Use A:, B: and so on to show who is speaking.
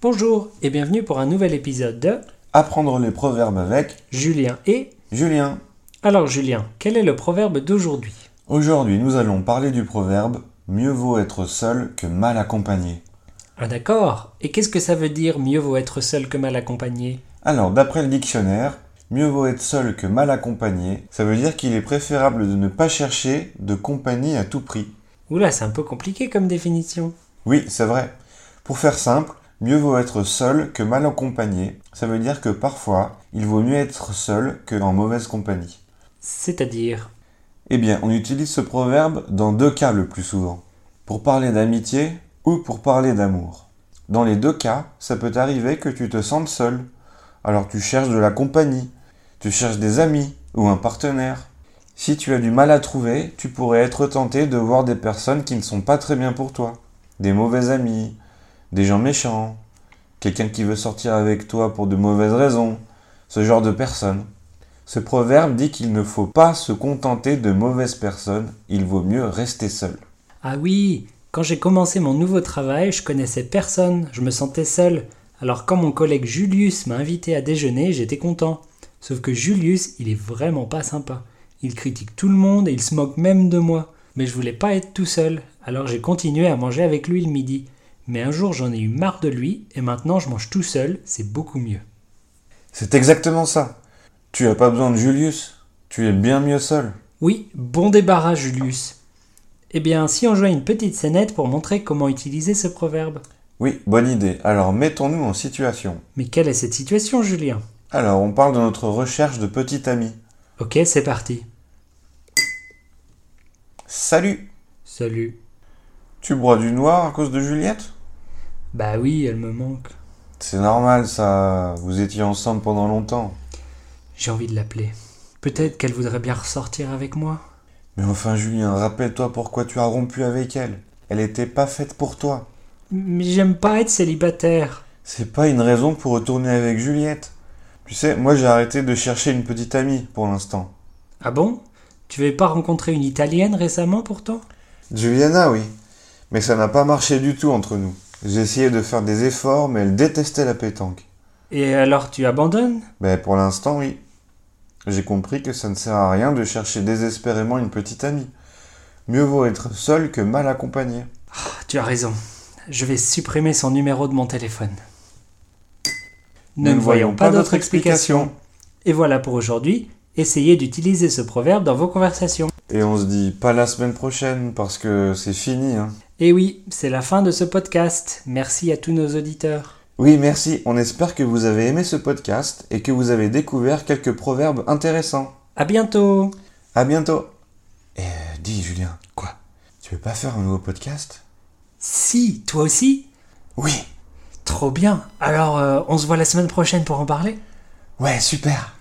A: Bonjour et bienvenue pour un nouvel épisode de
B: Apprendre les proverbes avec
A: Julien et...
B: Julien.
A: Alors Julien, quel est le proverbe d'aujourd'hui
B: Aujourd'hui, nous allons parler du proverbe Mieux vaut être seul que mal accompagné.
A: Ah d'accord, et qu'est-ce que ça veut dire mieux vaut être seul que mal accompagné
B: Alors, d'après le dictionnaire, mieux vaut être seul que mal accompagné, ça veut dire qu'il est préférable de ne pas chercher de compagnie à tout prix.
A: Oula, c'est un peu compliqué comme définition.
B: Oui, c'est vrai. Pour faire simple, mieux vaut être seul que mal accompagné, ça veut dire que parfois, il vaut mieux être seul que en mauvaise compagnie.
A: C'est-à-dire...
B: Eh bien, on utilise ce proverbe dans deux cas le plus souvent. Pour parler d'amitié ou pour parler d'amour. Dans les deux cas, ça peut arriver que tu te sentes seul. Alors tu cherches de la compagnie, tu cherches des amis ou un partenaire. Si tu as du mal à trouver, tu pourrais être tenté de voir des personnes qui ne sont pas très bien pour toi. Des mauvais amis, des gens méchants, quelqu'un qui veut sortir avec toi pour de mauvaises raisons, ce genre de personnes. Ce proverbe dit qu'il ne faut pas se contenter de mauvaises personnes, il vaut mieux rester seul.
A: Ah oui, quand j'ai commencé mon nouveau travail, je connaissais personne, je me sentais seul. Alors quand mon collègue Julius m'a invité à déjeuner, j'étais content. Sauf que Julius, il est vraiment pas sympa. Il critique tout le monde et il se moque même de moi. Mais je voulais pas être tout seul, alors j'ai continué à manger avec lui le midi. Mais un jour j'en ai eu marre de lui et maintenant je mange tout seul, c'est beaucoup mieux.
B: C'est exactement ça. Tu n'as pas besoin de Julius, tu es bien mieux seul.
A: Oui, bon débarras Julius. Eh bien, si on jouait une petite scénette pour montrer comment utiliser ce proverbe.
B: Oui, bonne idée. Alors mettons-nous en situation.
A: Mais quelle est cette situation, Julien
B: Alors on parle de notre recherche de petit ami.
A: Ok, c'est parti.
B: Salut
A: Salut.
B: Tu bois du noir à cause de Juliette
A: Bah oui, elle me manque.
B: C'est normal ça, vous étiez ensemble pendant longtemps.
A: J'ai envie de l'appeler. Peut-être qu'elle voudrait bien ressortir avec moi.
B: Mais enfin Julien, rappelle-toi pourquoi tu as rompu avec elle. Elle était pas faite pour toi.
A: Mais j'aime pas être célibataire.
B: C'est pas une raison pour retourner avec Juliette. Tu sais, moi j'ai arrêté de chercher une petite amie pour l'instant.
A: Ah bon Tu n'avais pas rencontré une Italienne récemment pourtant
B: Juliana, oui. Mais ça n'a pas marché du tout entre nous. J'ai essayé de faire des efforts, mais elle détestait la pétanque.
A: Et alors tu abandonnes
B: Ben pour l'instant, oui. J'ai compris que ça ne sert à rien de chercher désespérément une petite amie. Mieux vaut être seul que mal accompagné.
A: Ah, Tu as raison. Je vais supprimer son numéro de mon téléphone. Nous ne voyons pas d'autre explication. Et voilà pour aujourd'hui. Essayez d'utiliser ce proverbe dans vos conversations.
B: Et on se dit pas la semaine prochaine parce que c'est fini. Hein.
A: Et oui, c'est la fin de ce podcast. Merci à tous nos auditeurs.
B: Oui, merci. On espère que vous avez aimé ce podcast et que vous avez découvert quelques proverbes intéressants.
A: À bientôt
B: À bientôt. Et euh, dis Julien, quoi Tu veux pas faire un nouveau podcast
A: Si, toi aussi
B: Oui.
A: Trop bien. Alors, euh, on se voit la semaine prochaine pour en parler
B: Ouais, super.